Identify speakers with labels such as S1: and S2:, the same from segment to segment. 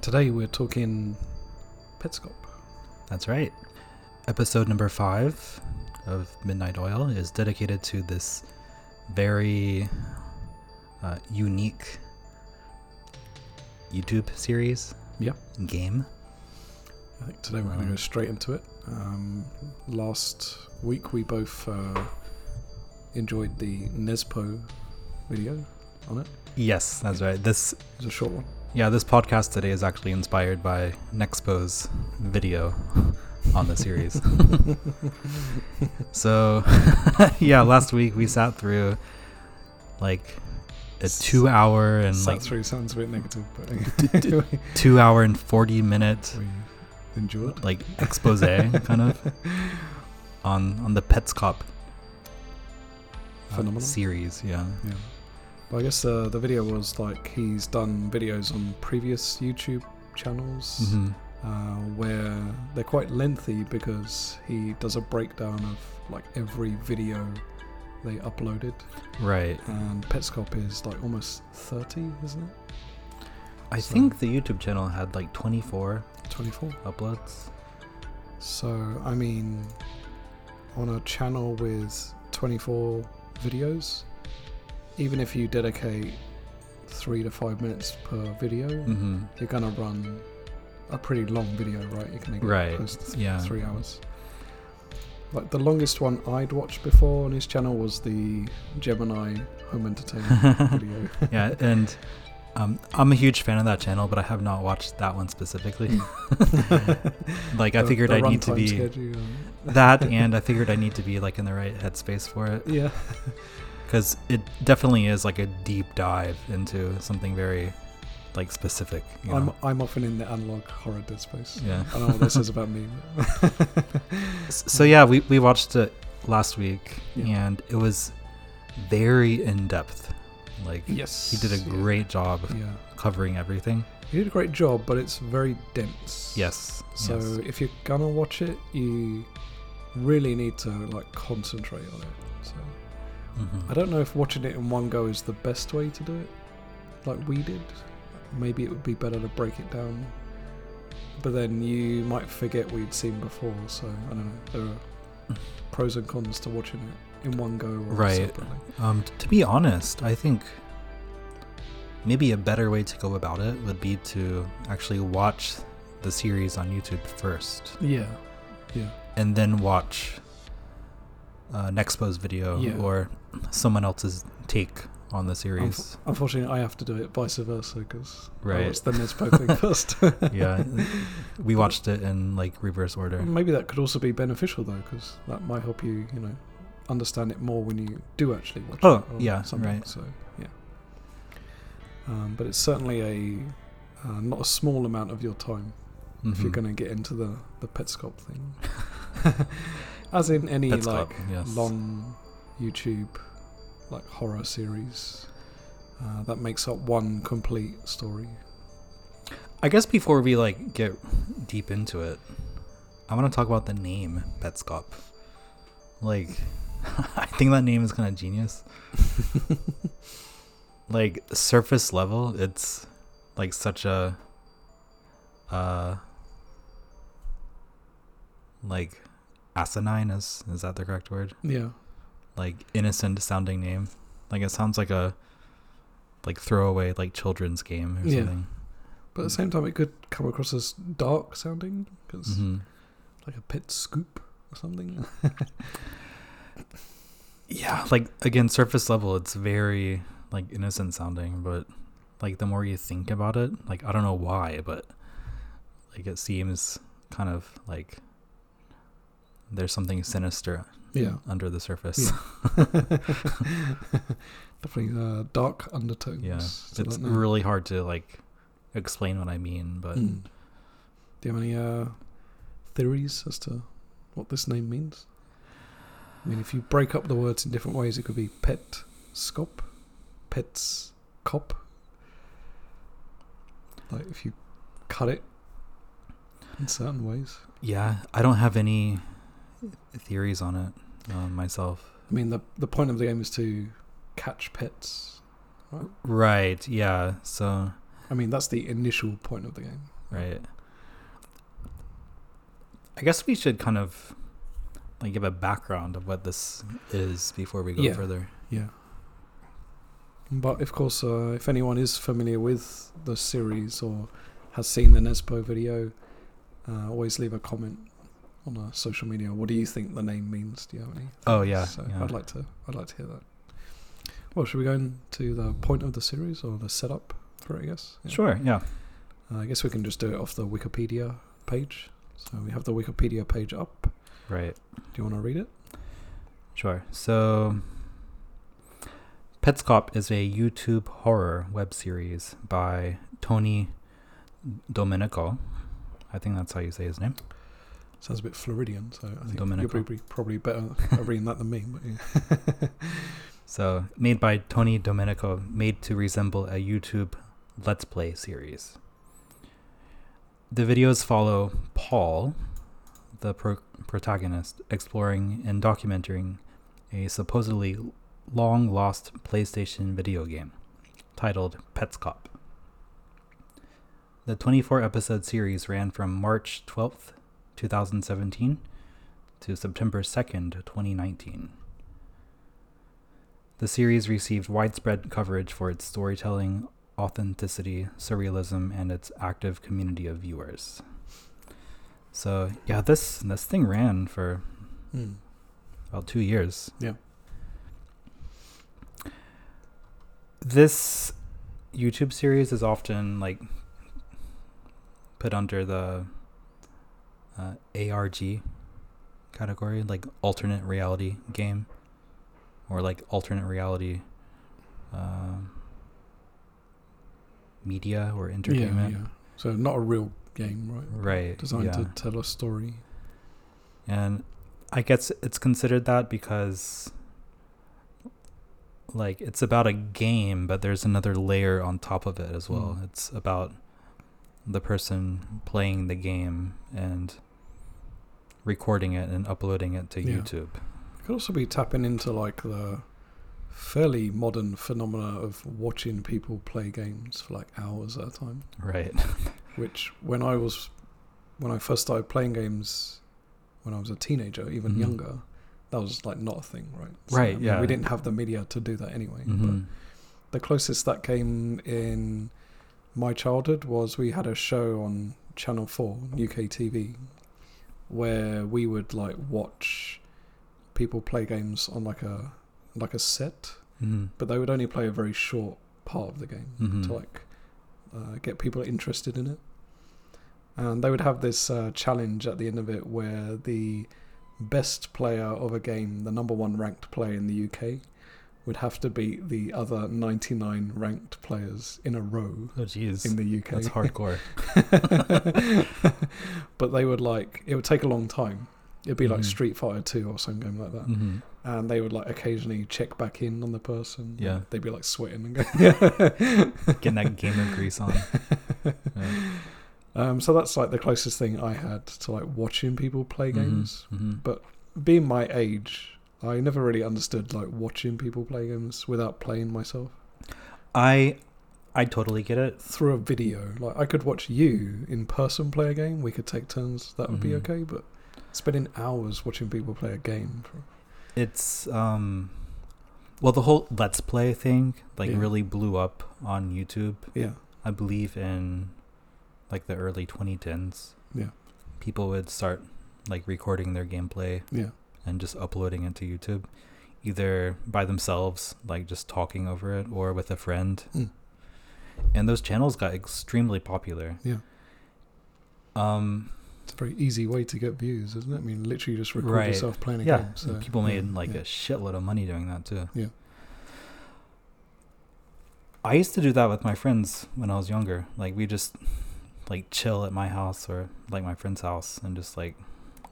S1: Today we're talking Petscop.
S2: That's right. Episode number five of Midnight Oil is dedicated to this very uh, unique YouTube series.
S1: Yep.
S2: Game.
S1: I think today we're going to go straight into it. Um, last week we both uh, enjoyed the Nespo video on it.
S2: Yes, that's right. This
S1: It was a short one.
S2: yeah, this podcast today is actually inspired by Nexpo's video on the series. so yeah, last week we sat through like a two hour and like
S1: Sounds really- sounds a bit negative, but
S2: two hour and forty minute
S1: we enjoyed.
S2: like expose kind of on on the Pets Cop uh,
S1: Phenomenon.
S2: series. Yeah,
S1: Yeah. But I guess uh, the video was like he's done videos on previous YouTube channels.
S2: hmm
S1: uh, where they're quite lengthy because he does a breakdown of like every video they uploaded
S2: right.
S1: and petscop is like almost 30 isn't it
S2: I
S1: So-
S2: think the YouTube channel had like twenty four
S1: 24
S2: uploads.
S1: so i mean on a channel with 24 videos even if you dedicate three to five minutes per video
S2: hmm
S1: you're gonna run a pretty long video right you're gonna get
S2: Right,
S1: close to
S2: yeah.
S1: three hours. Like the longest one I'd watched before on his channel was the Gemini home entertainment video.
S2: yeah, and um, I'm a huge fan of that channel, but I have not watched that one specifically. Mm. like I
S1: The-
S2: figured
S1: the
S2: I need to
S1: runtime
S2: be
S1: schedule.
S2: that, and I figured I need to be like in the right headspace for it
S1: yeah,
S2: because it definitely is like a deep dive into something very like specific. You know?
S1: I'm I'm often in the analog horror dead space.
S2: Yeah.
S1: I don't know what this is about me.
S2: S- So yeah, we, we watched it last week
S1: Yeah.
S2: and it was very in depth. Like
S1: yes,
S2: he did a great job
S1: Yeah.
S2: covering everything.
S1: he did a great job, but it's very dense.
S2: Yes.
S1: So
S2: yes.
S1: if you're gonna watch it, you really need to like concentrate on it. So.
S2: Mhm.
S1: I don't know if watching it in one go is the best way to do it, like we did. Maybe it would be better to break it down. But then you might forget what you'd seen before, so I don't know. There are pros and cons to watching it in one go or
S2: Right.
S1: separately.
S2: Um, t- to be honest, I think maybe a better way to go about it would be to actually watch the series on YouTube first,
S1: Yeah.
S2: and then watch uh, Nexpo's video
S1: Yeah.
S2: or someone else's take on the series.
S1: Unfortunately, I have to do it vice versa because
S2: Right.
S1: I watched the Nespo thing first.
S2: yeah, we watched it in like reverse order.
S1: Maybe that could also be beneficial though, because that might help you, you know, understand it more when you do actually watch
S2: Oh,
S1: it. or
S2: yeah, right.
S1: So yeah. Um, but it's certainly a uh, not a small amount of your time if you're
S2: Mhm.
S1: going to get into the the Petscop thing, as in any
S2: Pets
S1: like
S2: Club, yes.
S1: long YouTube like horror series. Uh, that makes up one complete story.
S2: I guess before we like get deep into it, I want to talk about the name Petscop. Like, I think that name is kind of genius. like surface level, it's like such a, uh, like asinine is is that the correct word?
S1: Yeah,
S2: Like innocent sounding name. Like it sounds like a like throwaway like children's game or
S1: Yeah.
S2: something.
S1: but
S2: Mm.
S1: at the same time, it could come across as dark sounding because
S2: Mhm.
S1: like a pit scoop or something.
S2: yeah like again surface level it's very like innocent sounding but like the more you think about it like i don't know why but like it seems kind of like there's something sinister
S1: Yeah,
S2: under the surface
S1: definitely uh, dark undertones.
S2: yeah,
S1: to
S2: it's
S1: that name.
S2: really hard to like explain what i mean but
S1: Mm. Do you have any uh, theories as to what this name means? I mean, if you break up the words in different ways, it could be pet scop, pets cop. Like if you cut it in certain ways.
S2: yeah i don't have any theories on it uh, myself
S1: I mean, the the point of the game is to catch pets.
S2: right yeah so
S1: I mean, that's the initial point of the game.
S2: right?
S1: Uh-huh.
S2: I guess we should kind of like give a background of what this is before we go
S1: Yeah.
S2: further.
S1: Yeah. But of course, uh, if anyone is familiar with the series or has seen the Nespo video, uh, always leave a comment on our social media. What do you think the name means? Do you have any?
S2: Oh yeah,
S1: So
S2: yeah.
S1: I'd like to. I'd like to hear that. Well, should we go into the point of the series or the setup for it? I guess. Yeah.
S2: sure. Yeah,
S1: Uh, I guess we can just do it off the Wikipedia page. So we have the Wikipedia page up.
S2: right.
S1: Do you want to read it?
S2: Sure. So, Petscop is a YouTube horror web series by Tony Domenico. I think that's how you say his name.
S1: Sounds a bit Floridian, so I think
S2: Domenico.
S1: you're probably, probably better at reading that than me. But yeah.
S2: So, made by Tony Domenico, made to resemble a YouTube Let's Play series. The videos follow Paul, the pro- protagonist, exploring and documenting a supposedly long lost PlayStation video game titled Pets Cop. The 24 episode series ran from March 12th, 2017 to September 2nd, 2019. The series received widespread coverage for its storytelling, authenticity, surrealism, and its active community of viewers. So yeah, this this thing ran for
S1: Hmm.
S2: about two years.
S1: Yeah.
S2: This YouTube series is often like put under the uh, ARG category, like alternate reality game, or like alternate reality uh, media or entertainment.
S1: Yeah, yeah. So not a real game, right?
S2: Right.
S1: Designed
S2: yeah.
S1: to tell a story.
S2: And I guess it's considered that because like it's about a game, but there's another layer on top of it as well.
S1: Mm.
S2: It's about the person playing the game and recording it and uploading it to
S1: Yeah.
S2: YouTube.
S1: It could also be tapping into like the fairly modern phenomena of watching people play games for like hours at a time.
S2: Right.
S1: Which when I was when I first started playing games when I was a teenager, even
S2: Mhm.
S1: younger, that was like not a thing, right?
S2: Right,
S1: I mean,
S2: yeah.
S1: We didn't have the media to do that anyway. But
S2: hmm
S1: the closest that came in my childhood was we had a show on Channel 4, UK TV, where we would like watch people play games on like a like a set,
S2: hmm
S1: but they would only play a very short part of the game
S2: Mhm.
S1: to like uh, get people interested in it. And they would have this uh, challenge at the end of it where the best player of a game, the number one ranked player in the UK, would have to beat the other 99 ranked players in a row
S2: Oh jeez.
S1: in the UK.
S2: That's hardcore.
S1: but they would like, it would take a long time. It'd be like
S2: Mhm.
S1: Street Fighter 2 or something like that
S2: hmm
S1: and they would like occasionally check back in on the person.
S2: Yeah.
S1: they'd be like sweating and going.
S2: Getting that gamer grease on. Yeah.
S1: um, so that's like the closest thing I had to like watching people play
S2: Mhm,
S1: games.
S2: mhm.
S1: Being my age, I never really understood like watching people play games without playing myself
S2: I I totally get it.
S1: through a video. Like I could watch you in person play a game. We could take turns. That would
S2: Mhm.
S1: be okay. But spending hours watching people play a game. For,
S2: it's um well the whole let's play thing like
S1: Yeah.
S2: really blew up on youtube
S1: yeah.
S2: i believe in like the early 2010s
S1: Yeah.
S2: people would start like recording their gameplay
S1: Yeah.
S2: and just uploading it to youtube either by themselves like just talking over it or with a friend
S1: Mm.
S2: and those channels got extremely popular
S1: Yeah.
S2: um
S1: It's a very easy way to get views, isn't it? I mean, literally just record
S2: Right.
S1: yourself playing a
S2: yeah,
S1: game. So,
S2: people
S1: yeah,
S2: made like
S1: yeah.
S2: a shitload of money doing that too.
S1: Yeah.
S2: I used to do that with my friends when I was younger. Like we just like chill at my house or like my friend's house and just like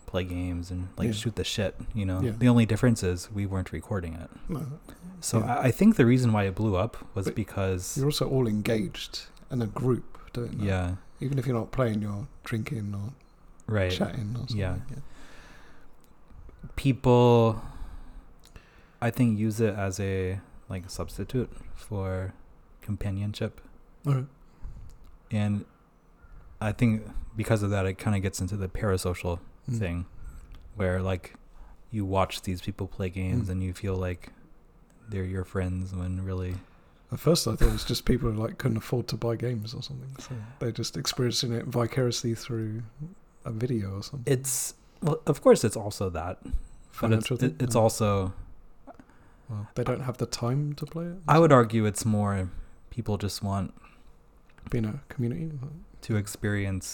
S2: play games and like
S1: Yeah.
S2: shoot the shit. You know,
S1: Yeah.
S2: the only difference is we weren't recording it.
S1: No,
S2: So
S1: Yeah.
S2: I, I think the reason why it blew up was
S1: But
S2: because
S1: you're also all engaged in a group, don't you?
S2: yeah,
S1: Even if you're not playing, you're drinking or
S2: right.
S1: chatting or something.
S2: Yeah. people i think use it as a like substitute for companionship
S1: All right.
S2: and I think because of that, it kind of gets into the parasocial
S1: Mm.
S2: thing where like you watch these people play games
S1: Mm.
S2: and you feel like they're your friends when really
S1: At first, I thought it was just people who like couldn't afford to buy games or something. So they're just experiencing it vicariously through a video or something.
S2: it's well of course it's also that but it's,
S1: Financial thing? Mm.
S2: it- it's
S1: Yeah.
S2: also
S1: Well, they don't have the time to play it.
S2: i would argue it's more people just want
S1: being a community.
S2: to experience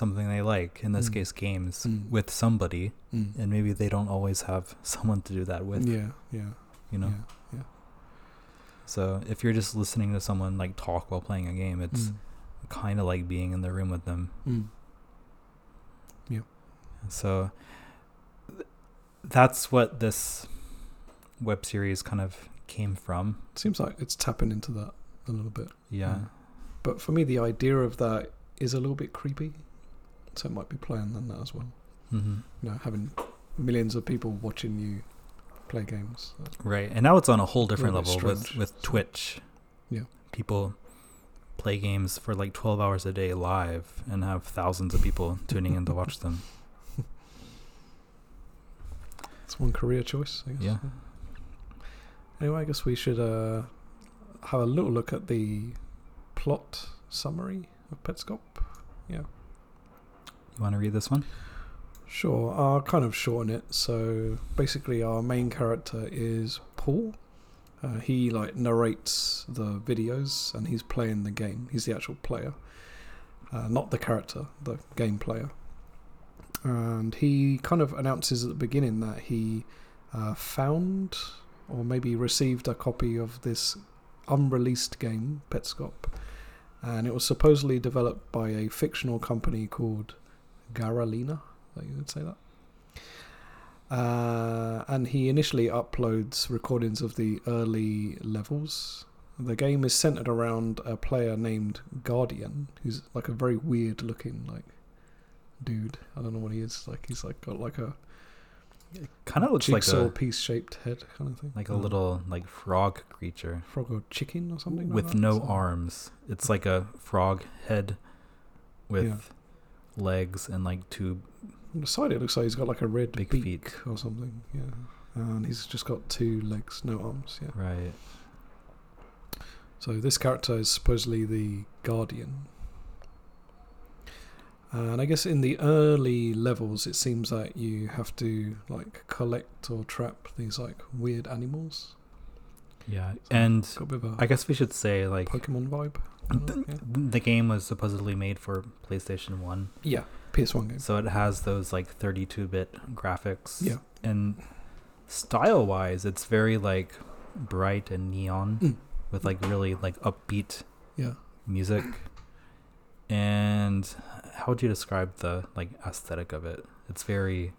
S2: something they like in this
S1: Mm.
S2: case games
S1: Mm.
S2: with somebody
S1: Mm.
S2: and maybe they don't always have someone to do that with
S1: yeah, yeah,
S2: you know
S1: yeah.
S2: so if you're just listening to someone like talk while playing a game it's
S1: Mm.
S2: kind of like being in the room with them
S1: Mm.
S2: So th- that's what this web series kind of came from.
S1: Seems like it's tapping into that a little bit.
S2: Yeah.
S1: Mm. But for me, the idea of that is a little bit creepy. So it might be playing on that as well.
S2: hmm
S1: You know, having millions of people watching you play games.
S2: Right. And now it's on a whole different
S1: Little bit
S2: level with,
S1: strange.
S2: with Twitch.
S1: Yeah.
S2: People play games for like 12 hours a day live and have thousands of people tuning in to watch them.
S1: It's one career choice, I guess.
S2: Yeah.
S1: Anyway, I guess we should uh, have a little look at the plot summary of Petscop.
S2: You want to read this one?
S1: Sure, I'll kind of shorten it. So basically, our main character is Paul. Uh, he like narrates the videos, and he's playing the game. He's the actual player, uh, not the character, the game player. And he kind of announces at the beginning that he uh, found or maybe received a copy of this unreleased game, Petscop, and it was supposedly developed by a fictional company called Garalina that you would say that. Uh, and he initially uploads recordings of the early levels. The game is centered around a player named Guardian, who's like a very weird looking like dude. I don't know what he is. Like he's like got like a
S2: Kind of looks like
S1: jigsaw
S2: a
S1: piece shaped head kind of thing.
S2: like a
S1: Uh,
S2: little like frog creature
S1: frog or chicken or something. like
S2: with
S1: that,
S2: no
S1: so-
S2: arms. It's like a frog head with legs and like two
S1: On the side it looks like he's got like a red
S2: Big
S1: beak
S2: feet.
S1: or something. Yeah. And he's just got two legs, no arms, yeah.
S2: right
S1: So this character is supposedly the guardian. And I guess in the early levels, it seems that you have to like collect or trap these like weird animals.
S2: Yeah, and
S1: It's got a bit of a
S2: I guess we should say like
S1: Pokemon vibe. I don't know,
S2: the game was supposedly made for PlayStation One,
S1: Yeah, Yeah, PS1 game.
S2: so it has those like 32-bit graphics.
S1: Yeah.
S2: and style-wise, it's very like bright and neon
S1: Mm.
S2: with like really like upbeat
S1: Yeah.
S2: music. And how would you describe the like aesthetic of it? It's very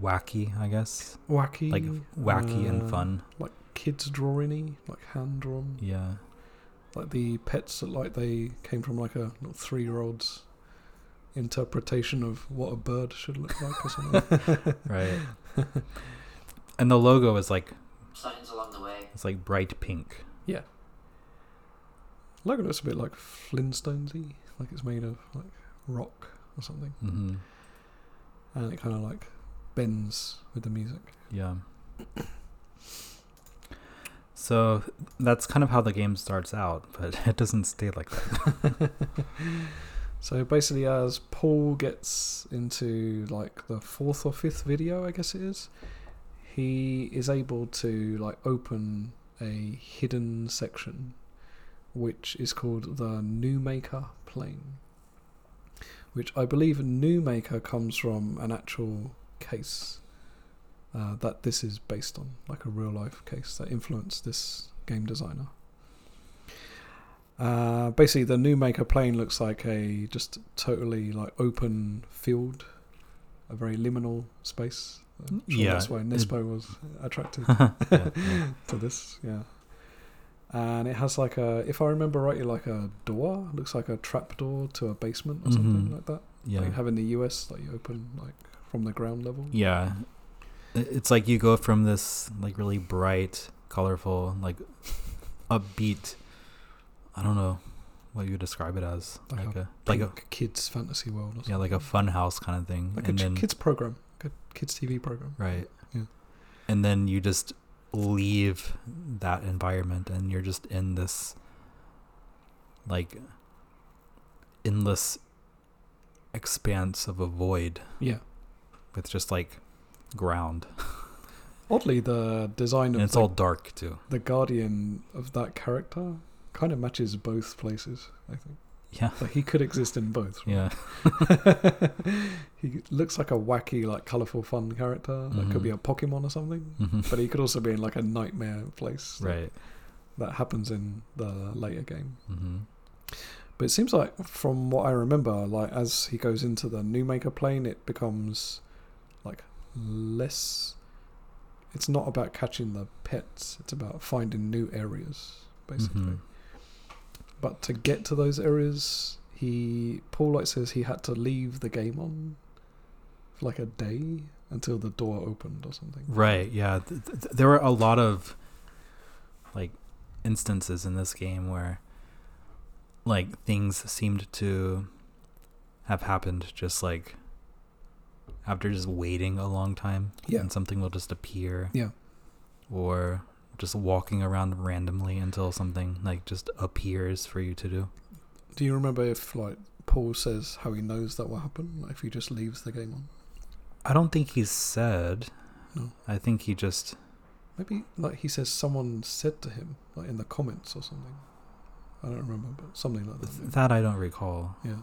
S2: wacky, I guess,
S1: Wacky.
S2: like wacky
S1: uh,
S2: and fun.
S1: Like kids drawing y, like hand drawn.
S2: Yeah,
S1: Like the pets that like they came from like a little three year old's interpretation of what a bird should look like or something.
S2: right. and the logo is like
S3: Signs along the way.
S2: It's like bright pink.
S1: Logo looks a bit like Flintstonesy, like it's made of like rock or something,
S2: Mm-hmm.
S1: and it kind of like bends with the music.
S2: Yeah. So that's kind of how the game starts out, but it doesn't stay like that.
S1: So basically, as Paul gets into like the fourth or fifth video, I guess it is, he is able to like open a hidden section, which is called the New Maker Plane, which I believe New Maker comes from an actual case uh, that this is based on, like a real life case that influenced this game designer. Uh, basically, the new maker plane looks like a just totally like open field, a very liminal space. I'm sure
S2: Yeah,
S1: that's why
S2: it-
S1: Nispo was attracted
S2: Yeah, yeah.
S1: to this, yeah. And it has like a, if I remember rightly, like a door. Looks like a trap door to a basement or something
S2: Mhm.
S1: like that. Like you
S2: Yeah.
S1: have in the US, like you open like from the ground level.
S2: Yeah. I- It's like you go from this like really bright, colorful, like upbeat, I don't know, what you describe it as,
S1: Like
S2: like,
S1: a
S2: a, like a
S1: Pink kids fantasy world. Or something.
S2: yeah, like a fun house kind of thing,
S1: like a
S2: and
S1: ch-
S2: then
S1: kids program, like a kids TV program.
S2: right,
S1: Yeah.
S2: and then you just leave that environment, and you're just in this like endless expanse of a void
S1: Yeah.
S2: with just like ground,
S1: Oddly, the design
S2: and
S1: of
S2: it's
S1: the,
S2: all dark too.
S1: the guardian of that character kind of matches both places. I think
S2: Yeah,
S1: like he could exist in both.
S2: yeah,
S1: he looks like a wacky, like colorful, fun character that could
S2: Mhm.
S1: be a Pokemon or something.
S2: hmm
S1: But he could also be in like a nightmare place that-
S2: right.
S1: that happens in the later game.
S2: hmm
S1: But it seems like, from what I remember, like as he goes into the new maker plane, it becomes like less. It's not about catching the pets; it's about finding new areas, basically.
S2: Mhm.
S1: But to get to those areas, he Paul like says he had to leave the game on for like a day until the door opened or something.
S2: Right. Yeah. Th- th- th- there were a lot of like instances in this game where like things seemed to have happened just like after just waiting a long time
S1: Yeah.
S2: and something will just appear.
S1: Yeah.
S2: Or just walking around randomly until something like just appears for you to do.
S1: Do you remember if like Paul says how he knows that will happen like, if he just leaves the game on?
S2: I don't think he said.
S1: No.
S2: I think he just
S1: Maybe like he says someone said to him like in the comments or something. I don't remember, but something like that.
S2: th- that I don't recall.
S1: Yeah.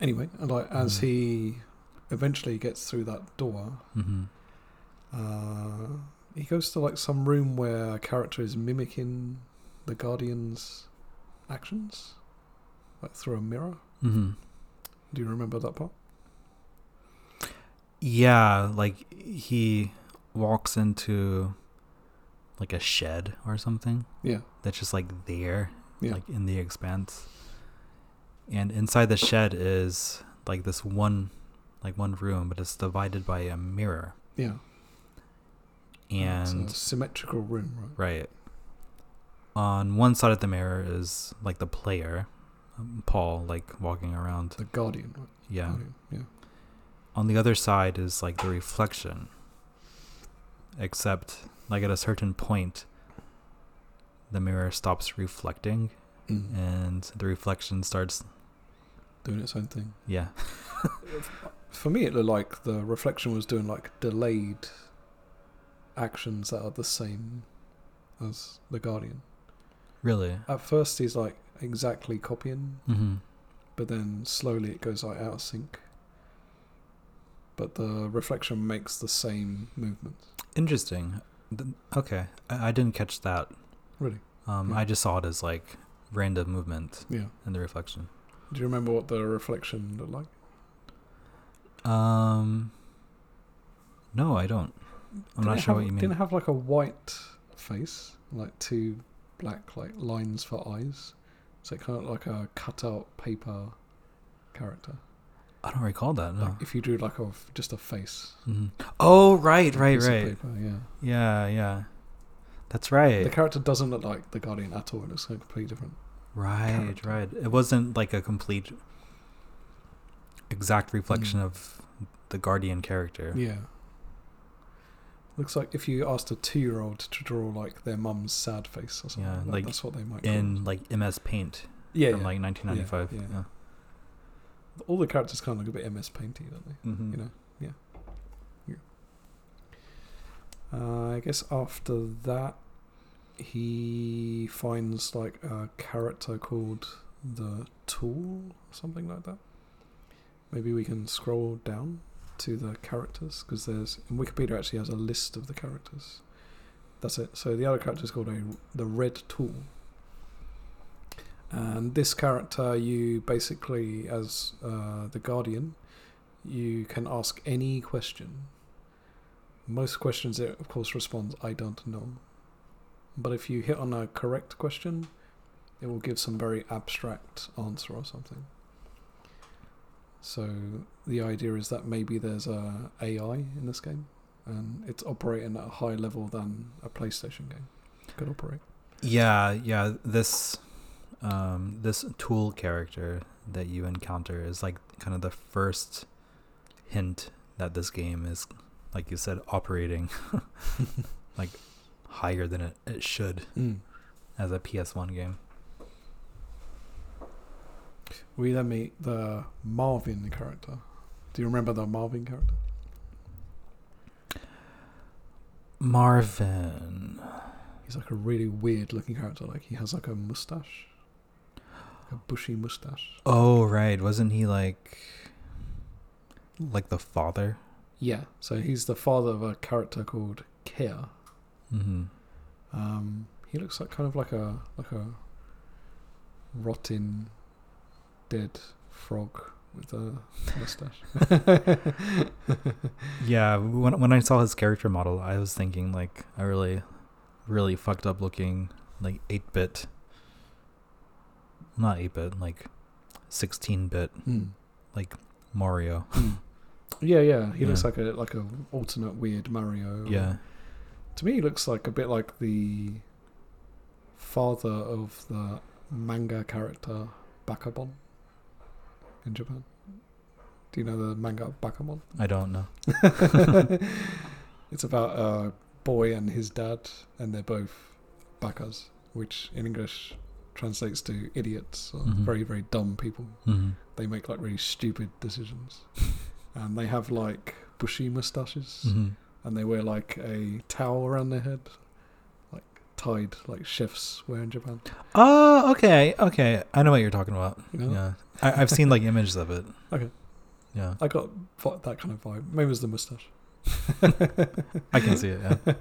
S1: Anyway, and like as
S2: Mhm.
S1: he eventually gets through that door,
S2: Mhm.
S1: uh, he goes to like some room where a character is mimicking the Guardian's actions, like through a mirror.
S2: Mhm.
S1: Do you remember that part?
S2: Yeah, like he walks into like a shed or something
S1: Yeah.
S2: that's just like there,
S1: Yeah.
S2: like in the expanse. And inside the shed is like this one, like one room, but it's divided by a mirror.
S1: Yeah.
S2: And
S1: it's a symmetrical room, right?
S2: right on one side of the mirror is like the player, um, Paul, like walking around.
S1: The Guardian, right?
S2: Yeah.
S1: Guardian, yeah.
S2: on the other side is like the reflection except like at a certain point the mirror stops reflecting
S1: Mm.
S2: and the reflection starts
S1: Doing its own thing.
S2: yeah
S1: For me, it looked like the reflection was doing like delayed actions that are the same as the Guardian.
S2: really
S1: At first, he's like exactly copying,
S2: mm-hmm.
S1: but then slowly it goes like out of sync. But the reflection makes the same movements.
S2: interesting Th- okay I-, I didn't catch that
S1: Really?
S2: um
S1: Hmm.
S2: i just saw it as like random movement
S1: Yeah.
S2: in the reflection
S1: Do you remember what the reflection looked like?
S2: um no i don't i'm
S1: Didn't
S2: not
S1: it
S2: sure
S1: have-
S2: what you mean
S1: Didn't it have like a white face, like two black like lines for eyes. So kind of like a cutout paper character.
S2: i don't recall that no
S1: Like if you drew like a f- just a face.
S2: Mhm. oh right
S1: on a
S2: right
S1: piece of
S2: right
S1: Paper, yeah.
S2: Yeah, yeah. That's right.
S1: The character doesn't look like the Guardian at all. It looks like completely different.
S2: right,
S1: character.
S2: right. It wasn't like a complete exact reflection
S1: Mm.
S2: of the guardian character.
S1: Yeah. Looks like if you asked a two-year-old to draw like their mum's sad face or something,
S2: Yeah,
S1: like that,
S2: like
S1: that's what they might. call
S2: In
S1: it.
S2: like MS Paint
S1: yeah,
S2: from
S1: yeah.
S2: like 1995.
S1: yeah.
S2: Yeah.
S1: all the characters kind of look a bit MS Painty, don't they?
S2: Mhm.
S1: You know, yeah. yeah. Uh, I guess after that, he finds like a character called the Tool, or something like that. Maybe we can scroll down to the characters because there's and Wikipedia actually has a list of the characters. That's it. So the other character is called a, the Red Tool. And this character, you basically, as uh, the Guardian, you can ask any question. Most questions, it of course responds, I don't know. But if you hit on a correct question, it will give some very abstract answer or something. So the idea is that maybe there's a AI in this game, and it's operating at a higher level than a PlayStation game could operate.
S2: Yeah, yeah. This um, this tool character that you encounter is like kind of the first hint that this game is, like you said, operating like higher than it, it should
S1: Mm.
S2: as a PS1 game.
S1: We then meet the Marvin character. Do you remember the Marvin character?
S2: Marvin.
S1: He's like a really weird looking character. Like he has like a mustache, like a bushy mustache.
S2: Oh, right. Wasn't he like. Like the father?
S1: Yeah. So he's the father of a character called Kia.
S2: Mm-hmm.
S1: Um, he looks like kind of like a like a rotten, dead frog with a mustache.
S2: Yeah, when when I saw his character model, I was thinking like a really, really fucked up looking like eight bit, not eight bit, like sixteen bit
S1: Hmm.
S2: Mario.
S1: Yeah, yeah. He looks
S2: Yeah.
S1: like a like a alternate weird Mario.
S2: Yeah,
S1: To me, he looks like a bit like the father of the manga character Bakamon in Japan. Do you know the manga Bakamon?
S2: I don't know.
S1: it's about a boy and his dad, and they're both backers, which in English translates to idiots or
S2: Mhm.
S1: very, very dumb people.
S2: hmm
S1: They make like really stupid decisions, and they have like bushy mustaches,
S2: hmm
S1: and they wear like a towel around their head, like tied like chefs wear in Japan.
S2: Oh, okay, okay. I know what you're talking about.
S1: You know?
S2: Yeah, I, I've seen like images of it.
S1: Oh. Okay.
S2: Yeah,
S1: I got vi- that kind of vibe. Maybe it was the mustache.
S2: I can see it. Yeah.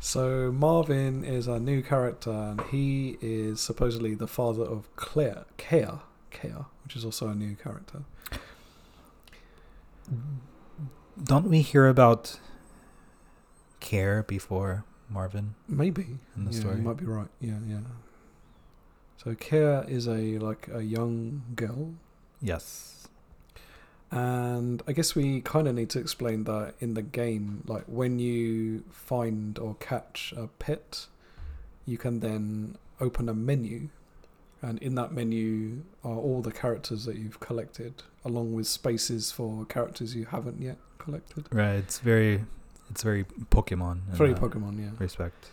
S1: So Marvin is our new character, and he is supposedly the father of Claire, Kea, Kea, which is also a new character.
S2: Don't we hear about care before Marvin?
S1: Maybe
S2: In the
S1: yeah,
S2: story.
S1: you might be right. Yeah, yeah. So Kea is a like a young girl,
S2: Yes.
S1: and I guess we kind of need to explain that in the game. Like when you find or catch a pet, you can then open a menu, and in that menu are all the characters that you've collected, along with spaces for characters you haven't yet collected.
S2: Right, it's very, it's very Pokemon. in
S1: Very
S2: that
S1: Pokemon, yeah.
S2: Respect.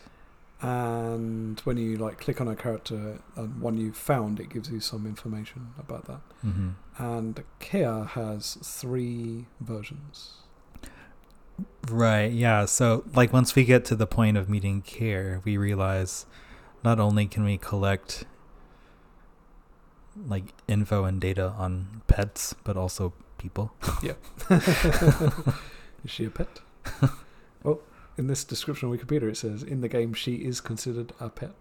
S1: And when you like click on a character and one you've found, it gives you some information about that.
S2: Mm-hmm.
S1: And Kia has three versions.
S2: Right. Yeah. So, like, once we get to the point of meeting Care, we realize not only can we collect like info and data on pets, but also people.
S1: Is she a pet? well, in this description on Wikipedia, it says in the game she is considered a pet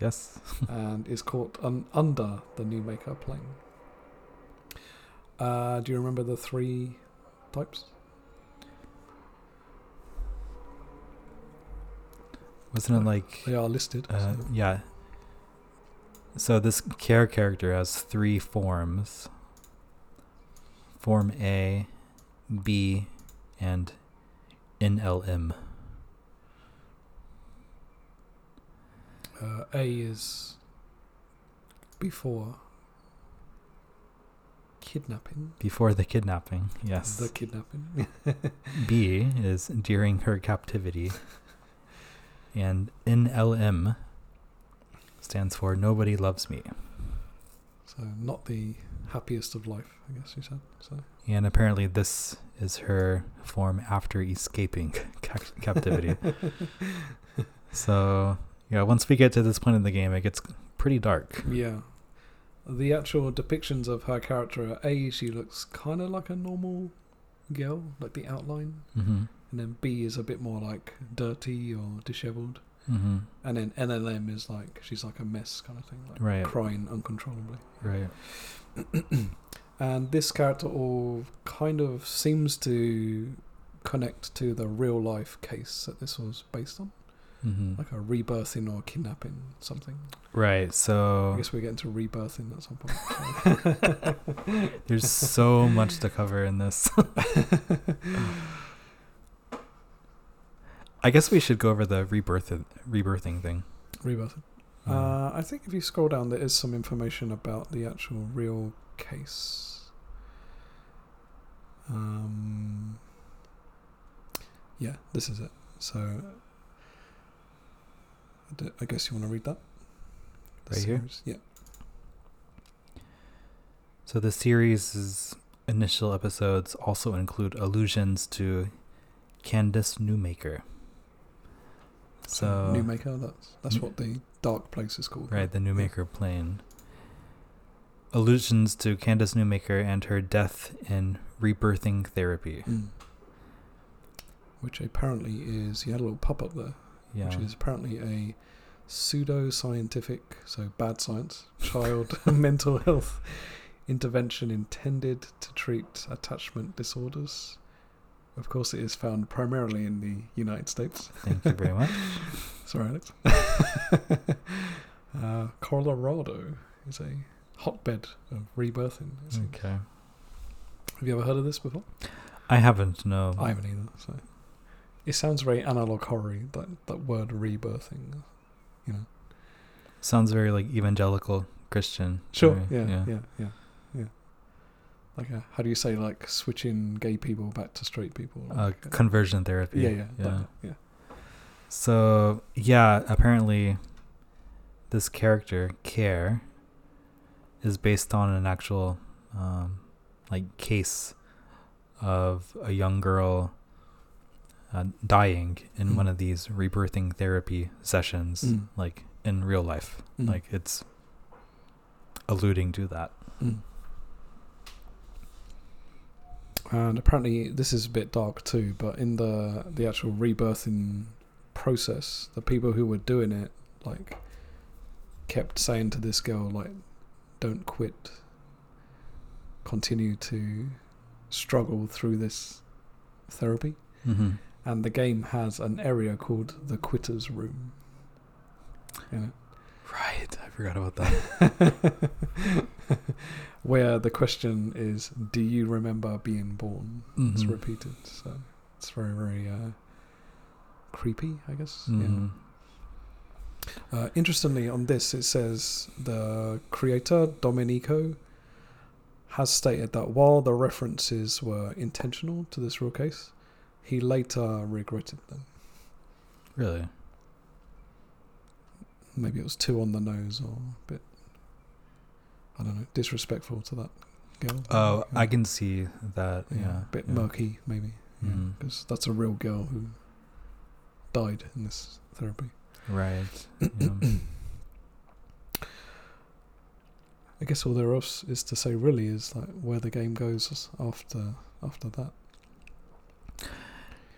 S2: Yes.
S1: and is caught un- under the new maker plane. Uh, do you remember the three types?
S2: Wasn't it like?
S1: They are listed.
S2: Uh,
S1: so-
S2: yeah. So this care character has three forms. Form A, B, and NLM.
S1: Uh, a is before kidnapping.
S2: Before the kidnapping, yes.
S1: The kidnapping.
S2: B is during her captivity. and NLM stands for Nobody Loves Me.
S1: so not the happiest of life, I guess you said. So
S2: And apparently, this is her form after escaping cap- captivity. so, yeah, once we get to this point in the game, it gets pretty dark.
S1: Yeah. The actual depictions of her character at A, she looks kind of like a normal girl, like the outline.
S2: Mm-hmm.
S1: And then B is a bit more like dirty or disheveled.
S2: Mm-hmm.
S1: And then NLM is like, she's like a mess kind of thing, like
S2: Right.
S1: crying uncontrollably.
S2: Right.
S1: And this character all kind of seems to connect to the real life case that this was based on,
S2: Mm-hmm.
S1: like a rebirthing or kidnapping, something.
S2: Right.
S1: I
S2: So,
S1: guess we're getting to rebirthing at some point. so.
S2: there's so much to cover in this. I guess we should go over the rebirth rebirthing thing.
S1: Rebirthing.
S2: Yeah.
S1: Uh, I think if you scroll down, there is some information about the actual real case. Um, yeah, this is it. So, I d- I guess you want to read that. The
S2: Right here?
S1: series? Yeah.
S2: So the series' initial episodes also include allusions to Candace Newmaker. So
S1: New Maker. That's that's
S2: New-
S1: what the Dark Place is called.
S2: Right, the Newmaker plane. Allusions to Candace Newmaker and her death in rebirthing therapy.
S1: Mm. Which apparently is you had a little pop up there.
S2: Yeah.
S1: which is apparently a pseudo scientific, so bad science, child mental health intervention intended to treat attachment disorders. Of course, it is found primarily in the United States.
S2: Thank you very much.
S1: Sorry, Alex. uh, Colorado is a hotbed of rebirthing. it seems.
S2: Okay.
S1: Have you ever heard of this before?
S2: I haven't, no.
S1: I haven't either. So it sounds very analog horror. That that word rebirthing.
S2: Sounds very like evangelical Christian. to
S1: Sure.
S2: me.
S1: Yeah, yeah. Yeah. Yeah. Like, uh how do you say like switching gay people back to straight people?
S2: Uh,
S1: Like, uh,
S2: conversion therapy.
S1: yeah. Yeah.
S2: yeah.
S1: that- Yeah.
S2: So yeah, apparently this character Care is based on an actual um, like case of a young girl uh, dying in
S1: Mm.
S2: one of these rebirthing therapy sessions,
S1: Mm.
S2: like in real life.
S1: Mm.
S2: Like it's alluding to that.
S1: Mm. And apparently, this is a bit dark too. But in the the actual rebirthing process, the people who were doing it like kept saying to this girl like, "Don't quit. Continue to struggle through this therapy."
S2: Mm-hmm.
S1: and the game has an area called the Quitter's Room. You
S2: Right, I forgot about that.
S1: know? Where the question is, do you remember being born? It's
S2: Mhm.
S1: repeated, so it's very, very uh, creepy, I guess.
S2: Mhm.
S1: Yeah. Uh, interestingly, on this, it says the creator, Domenico, has stated that while the references were intentional to this real case, he later regretted them.
S2: Really?
S1: maybe it was two on the nose or a bit I don't know, disrespectful to that girl.
S2: Oh, I
S1: Yeah.
S2: can see that. Yeah,
S1: Mm-hmm. yeah, a bit
S2: yeah.
S1: murky maybe.
S2: Mhm.
S1: Because that's a real girl who died in this therapy.
S2: Right. Yeah.
S1: I guess all there else is to say really is like where the game goes after after that.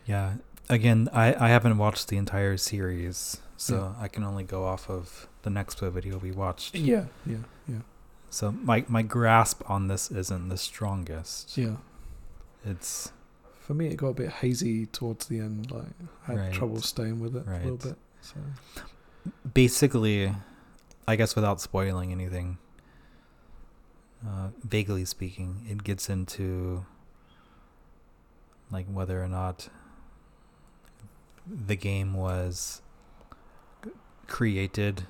S2: Yeah. Again, I, I haven't watched the entire series, so I can only go off of the next video we watched.
S1: Yeah. Yeah, yeah.
S2: So my my grasp on this isn't the strongest.
S1: Yeah.
S2: It's
S1: For me it got a bit hazy towards the end, like I had
S2: Right.
S1: trouble staying with it a little
S2: Right.
S1: bit. So
S2: basically, I guess without spoiling anything, uh, vaguely speaking, it gets into like whether or not the game was created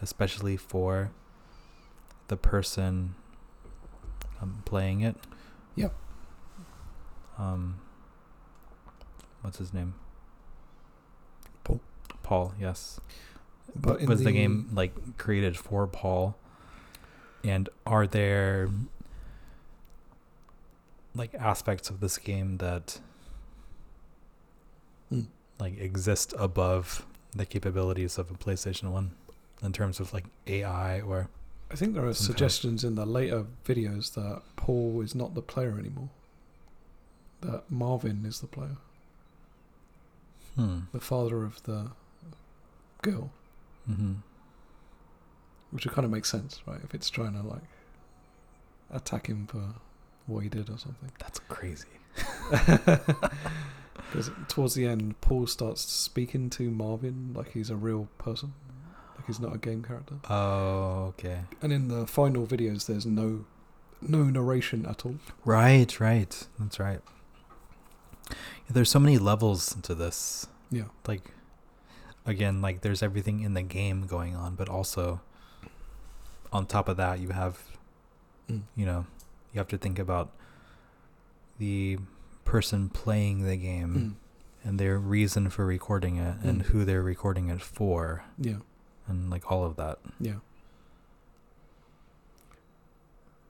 S2: especially for the person um, playing it.
S1: Yep.
S2: Um, what's his name?
S1: Paul.
S2: Paul, yes
S1: but in
S2: was the, game like created for Paul? And are there like aspects of this game that Hmm.
S1: Mm.
S2: like exist above the capabilities of a PlayStation One in terms of like AI or
S1: I think there are
S2: Some kind of-
S1: suggestions in the later videos that Paul is not the player anymore. That Marvin is the player,
S2: hmm.
S1: the father of the girl,
S2: Mm-hmm.
S1: which kind of makes sense, right? If it's trying to like attack him for what he did or something.
S2: That's crazy.
S1: Because towards the end, Paul starts speaking to Marvin like he's a real person, like he's not a game character.
S2: Oh, okay.
S1: And in the final videos, there's no no narration at all.
S2: Right, right. That's right. There's so many levels to this.
S1: Yeah.
S2: Like again, like there's everything in the game going on, but also on top of that, you have,
S1: Mm.
S2: you know, you have to think about the person playing the
S1: Hmm.
S2: game and their reason for recording it and
S1: Mm.
S2: who they're recording it for
S1: Mm, yeah.
S2: and like all of that.
S1: Yeah.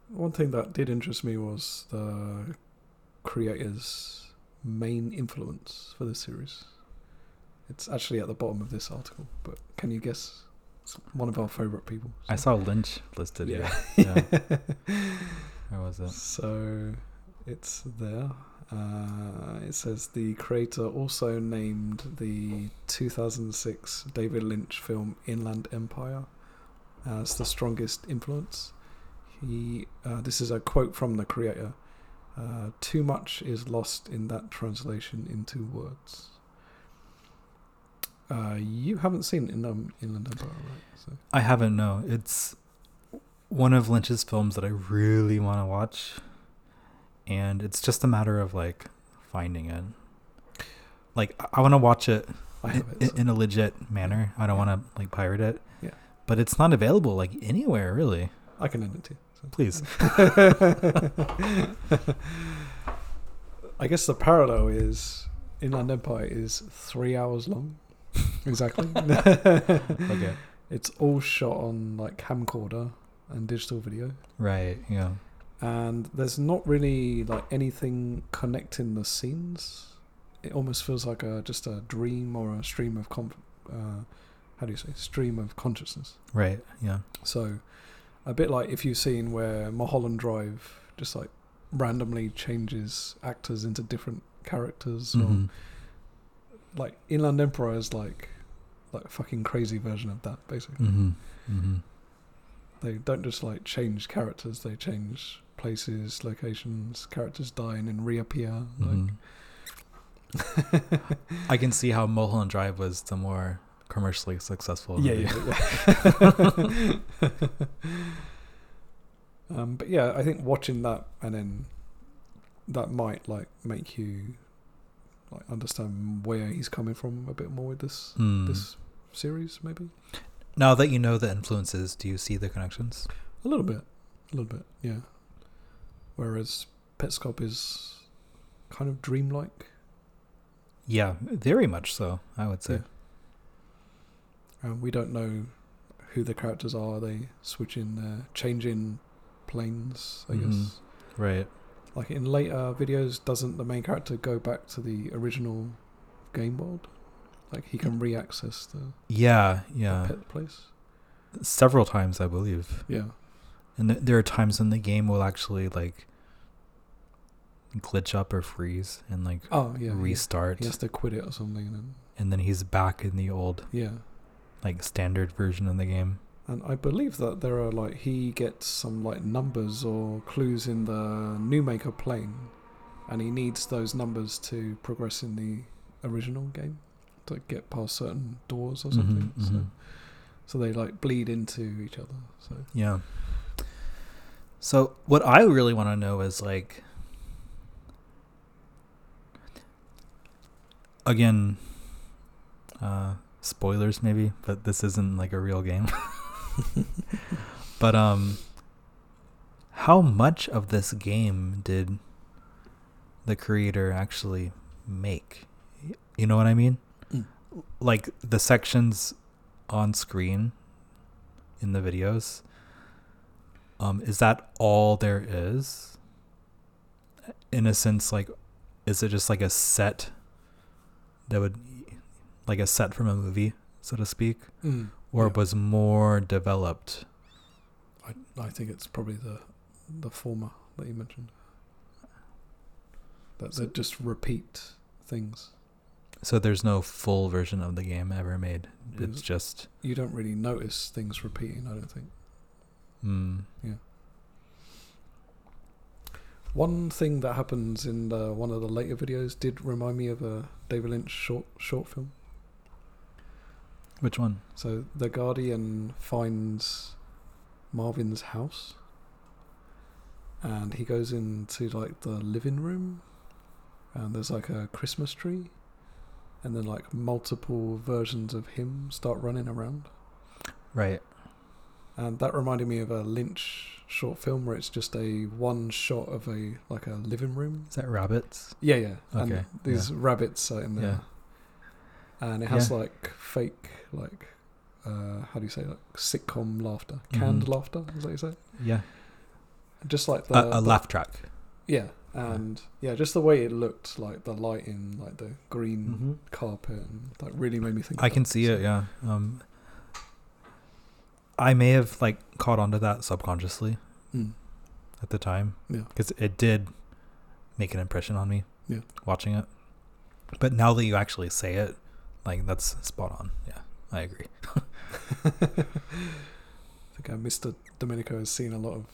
S1: One thing that did interest me was the creator's main influence for the series. It's actually at the bottom of this article, but can you guess? It's one of our favourite people.
S2: I saw Lynch listed
S1: Yeah.
S2: here. Yeah. Where was it?
S1: So it's there. Uh, it says the creator also named the 2006 David Lynch film Inland Empire as the strongest influence. He, uh, this is a quote from the creator. Uh, Too much is lost in that translation into words. Uh, you haven't seen In- um, Inland Empire, right? So,
S2: I haven't. No, it's one of Lynch's films that I really want to watch, and it's just a matter of like finding it. Like I- I want to watch it
S1: I
S2: in,
S1: have it. so-
S2: in a legit manner. I don't
S1: Yeah.
S2: want to like pirate it.
S1: Yeah.
S2: But it's not available like anywhere really.
S1: I can end it too. so.
S2: Please.
S1: I guess the parallel is Inland Empire is three hours long. Exactly.
S2: Okay.
S1: it's all shot on like camcorder and digital video.
S2: Right. Yeah.
S1: And there's not really like anything connecting the scenes. It almost feels like a just a dream or a stream of con uh, how do you say stream of consciousness.
S2: Right. Yeah.
S1: So, a bit like if you've seen where Mulholland Drive just like randomly changes actors into different characters,
S2: Mhm.
S1: or like Inland Empire is like like a fucking crazy version of that. Basically,
S2: Mhm. Mhm.
S1: they don't just like change characters; they change places, locations. Characters die and then reappear. Like,
S2: Mhm. I can see how Mulholland Drive was the more commercially successful.
S1: yeah,
S2: movie.
S1: yeah, yeah. um, but yeah, I think watching that and then that might like make you like understand where he's coming from a bit more with this
S2: Mm.
S1: this series, maybe
S2: Now that you know the influences, do you see the connections?
S1: a little bit, a little bit, yeah. Whereas Petscop is kind of dreamlike.
S2: Yeah, very much so. I would say.
S1: Um, we don't know who the characters are. They switch in, uh, changing planes, I
S2: Mhm.
S1: guess.
S2: Right.
S1: Like in later videos, doesn't the main character go back to the original game world? Like he can re-access the,
S2: Yeah,
S1: the
S2: yeah.
S1: pet place.
S2: Several times, I believe,
S1: Yeah,
S2: and th- there are times when the game will actually like glitch up or freeze and like
S1: Oh yeah. he-
S2: restart,
S1: He has to quit it or something, and then,
S2: and then he's back in the old
S1: yeah.
S2: like standard version of the game.
S1: And I believe that there are like he gets some like numbers or clues in the new maker plane, and he needs those numbers to progress in the original game to get past certain doors or
S2: Mhm,
S1: something. So,
S2: mhm.
S1: so they like bleed into each other. So
S2: Yeah. So what I really want to know is like again uh spoilers maybe, but this isn't like a real game. but um how much of this game did the creator actually make? Y- You know what I mean?
S1: Mm.
S2: Like the sections on screen in the videos. Um, is that all there is? In a sense, like, is it just like a set that would, like a set from a movie, so to speak,
S1: Mm.
S2: or
S1: Yeah.
S2: was more developed?
S1: I, I think it's probably the the former that you mentioned. That
S2: So-
S1: they just repeat things.
S2: So there's no full version of the game ever made. It's
S1: Mm.
S2: just,
S1: You don't really notice things repeating. I don't think.
S2: mm,
S1: One thing that happens in the, one of the later videos did remind me of a David Lynch short short film.
S2: which one?
S1: So the Guardian finds Marvin's house, and he goes into like the living room, and there's like a Christmas tree, and then like multiple versions of him start running around.
S2: Right.
S1: And that reminded me of a Lynch short film where it's just a one shot of a like a living room.
S2: Is that rabbits?
S1: Yeah, yeah.
S2: Okay,
S1: And these rabbits are in there. And it has
S2: Yeah.
S1: like fake like uh, how do you say like sitcom laughter, canned
S2: Mhm.
S1: laughter? Is that what you say?
S2: Yeah.
S1: Just like the,
S2: A- a
S1: the-
S2: laugh track.
S1: yeah, and yeah, just the way it looked, like the lighting, like the green carpet, and like really made me think.
S2: Mm-hmm. I
S1: about
S2: can see it. Yeah. Um, I may have like caught onto that subconsciously
S1: Mm.
S2: at the time.
S1: Yeah.
S2: Because it did make an impression on me.
S1: Yeah.
S2: Watching it, but now that you actually say it, like that's spot on. Yeah, I agree.
S1: I think uh, Mr. Domenico has seen a lot of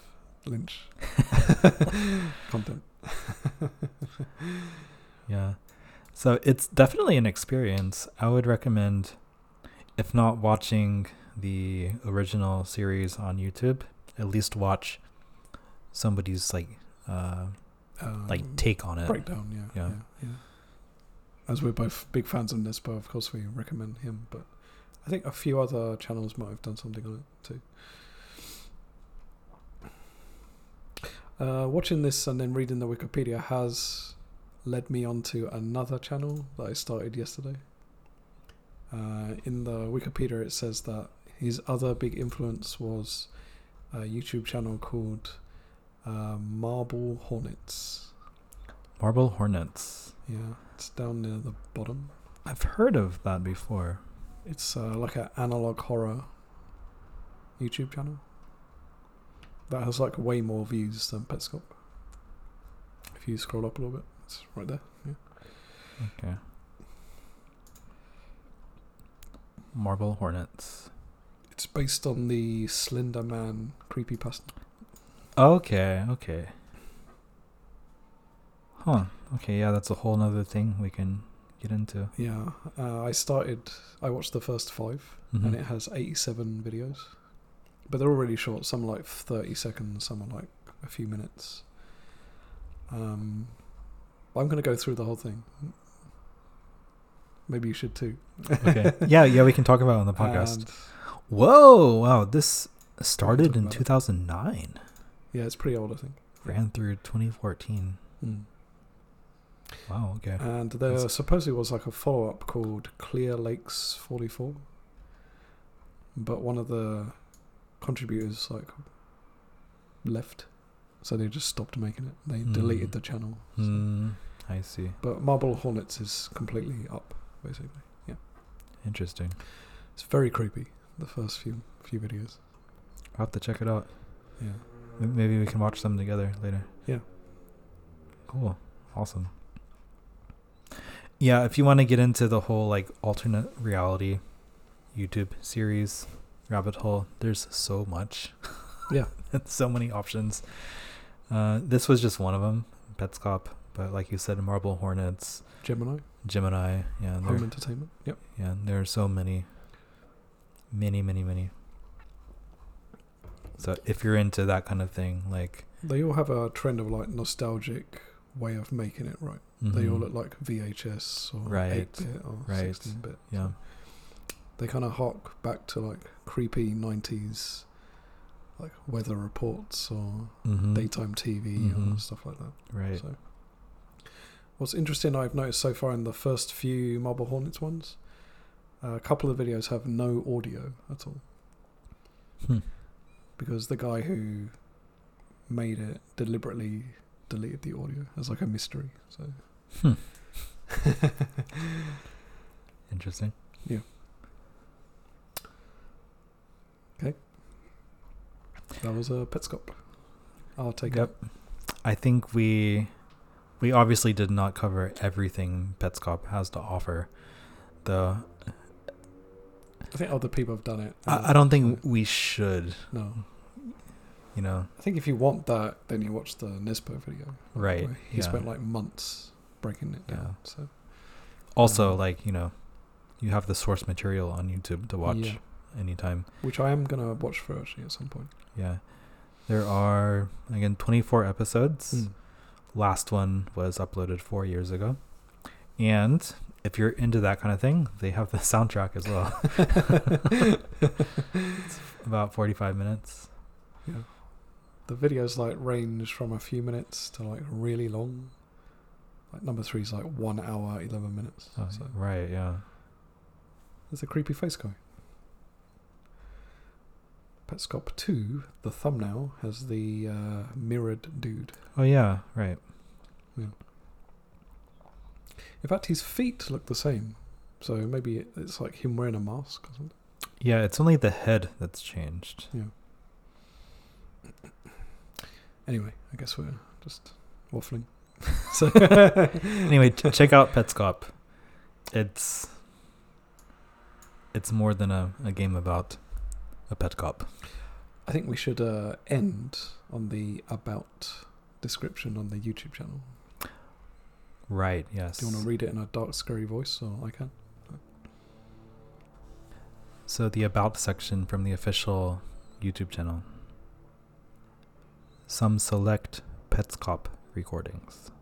S1: Lynch content.
S2: Yeah. So it's definitely an experience. I would recommend, if not watching the original series on YouTube, at least watch somebody's like uh,
S1: Um,
S2: like take on it.
S1: breakdown. Yeah,
S2: Yeah.
S1: yeah, yeah, As we're both big fans of Nespo, of course we recommend him. But I think a few other channels might have done something on it too. Uh, watching this and then reading the Wikipedia has led me onto another channel that I started yesterday. Uh, in the Wikipedia, it says that his other big influence was a YouTube channel called uh, Marble Hornets.
S2: Marble Hornets.
S1: Yeah, it's down near the bottom.
S2: I've heard of that before.
S1: It's uh, like an analog horror YouTube channel that has like way more views than Petscop. If you scroll up a little bit, it's right there. Yeah.
S2: Marble Hornets.
S1: It's based on the Slender Man creepypasta.
S2: Okay. Okay. Huh. Okay. Yeah, that's a whole nother thing we can get into.
S1: Yeah, uh, I started. I watched the first 5 and
S2: Mhm.
S1: it has eighty-seven videos, but they're all really short. Some are like thirty seconds, some are like a few minutes. Um, I'm going to go through the whole thing. Maybe you should too.
S2: okay. Yeah, yeah, we can talk about it on the podcast.
S1: And,
S2: Whoa, wow, this started
S1: Um, Talk
S2: in
S1: about it.
S2: 2009,
S1: yeah, it's pretty old, I think.
S2: ran through 2014. Wow, okay.
S1: And there
S2: That's-
S1: supposedly was like a follow up called Clear Lakes 44. But one of the contributors like left. So they just stopped making it. They deleted
S2: Mm.
S1: the channel.
S2: Hmm, I see.
S1: But Marble Hornets is completely up, basically.
S2: Interesting.
S1: It's very creepy, the first few few videos.
S2: I'll have to check it out.
S1: Yeah.
S2: M- Maybe we can watch them together later.
S1: Yeah.
S2: Cool. Awesome. Yeah, if you want to get into the whole like alternate reality YouTube series rabbit hole, there's so much.
S1: Yeah.
S2: so many options. Uh, this was just one of them, Petscop, but like you said, Marble Hornets,
S1: Gemini,
S2: Gemini. Yeah, and
S1: Home
S2: there,
S1: Entertainment. Yep.
S2: yeah, and there are so many, many, many, many. So if you're into that kind of thing, like
S1: They all have a trend of like nostalgic way of making it right. They all
S2: mhm.
S1: look like VHS or
S2: Right.
S1: 8 bit or
S2: Right.
S1: 16 bit.
S2: Yeah.
S1: They kind of hark back to like creepy 90s like weather reports or
S2: Mm-hmm.
S1: daytime TV
S2: Mhm.
S1: or stuff like that.
S2: right.
S1: So, what's interesting I've noticed so far in the first few Marble Hornets ones, uh, a couple of videos have no audio at all.
S2: Hmm.
S1: Because the guy who made it deliberately deleted the audio as like a mystery. So
S2: Interesting.
S1: Yeah. Okay. that was a Petscop. I'll take
S2: Yep. I think we we obviously did not cover everything Petscop has to offer. The
S1: it. I think other people have done it.
S2: I, I don't
S1: Mm-hmm.
S2: think we should,
S1: No.
S2: you know.
S1: I think if you want that, then you watch the Nespo video.
S2: Right.
S1: where He
S2: yeah.
S1: spent like months breaking it down. So
S2: also
S1: um,
S2: like, you know, you have the source material on YouTube to watch
S1: Yeah.
S2: anytime.
S1: Which I am gonna watch for actually at some point.
S2: Yeah. There are again 24 Hmm. episodes. last one was uploaded four years ago. And if you're into that kind of thing, they have the soundtrack as well. it's about 45 minutes.
S1: The videos like range from a few minutes to like really long. Like number three is like one hour eleven minutes.
S2: Oh,
S1: so
S2: right, yeah.
S1: there's a creepy face guy. Petscop two, the thumbnail has the uh, mirrored dude.
S2: Oh, yeah, right.
S1: In fact, his feet look the same, so maybe it- it's like him wearing a mask or something.
S2: Yeah, it's only the head that's changed.
S1: Anyway, I guess we're just waffling.
S2: So anyway, ch- check out Petscop. It's it's more than a, a game about a pet cop.
S1: I think we should uh, end on the about description on the YouTube channel.
S2: Right, yes.
S1: Do you want to read it in a dark, scary voice, or I can?
S2: So the about section from the official YouTube channel. Some select Petscop recordings.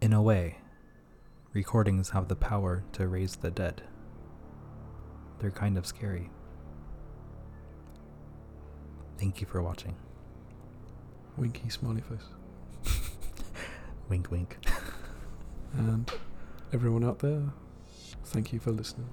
S2: In a way, recordings have the power to raise the dead. They're kind of scary. Thank you for watching.
S1: Winky smiley face.
S2: Wink, wink.
S1: And everyone out there, thank you for listening.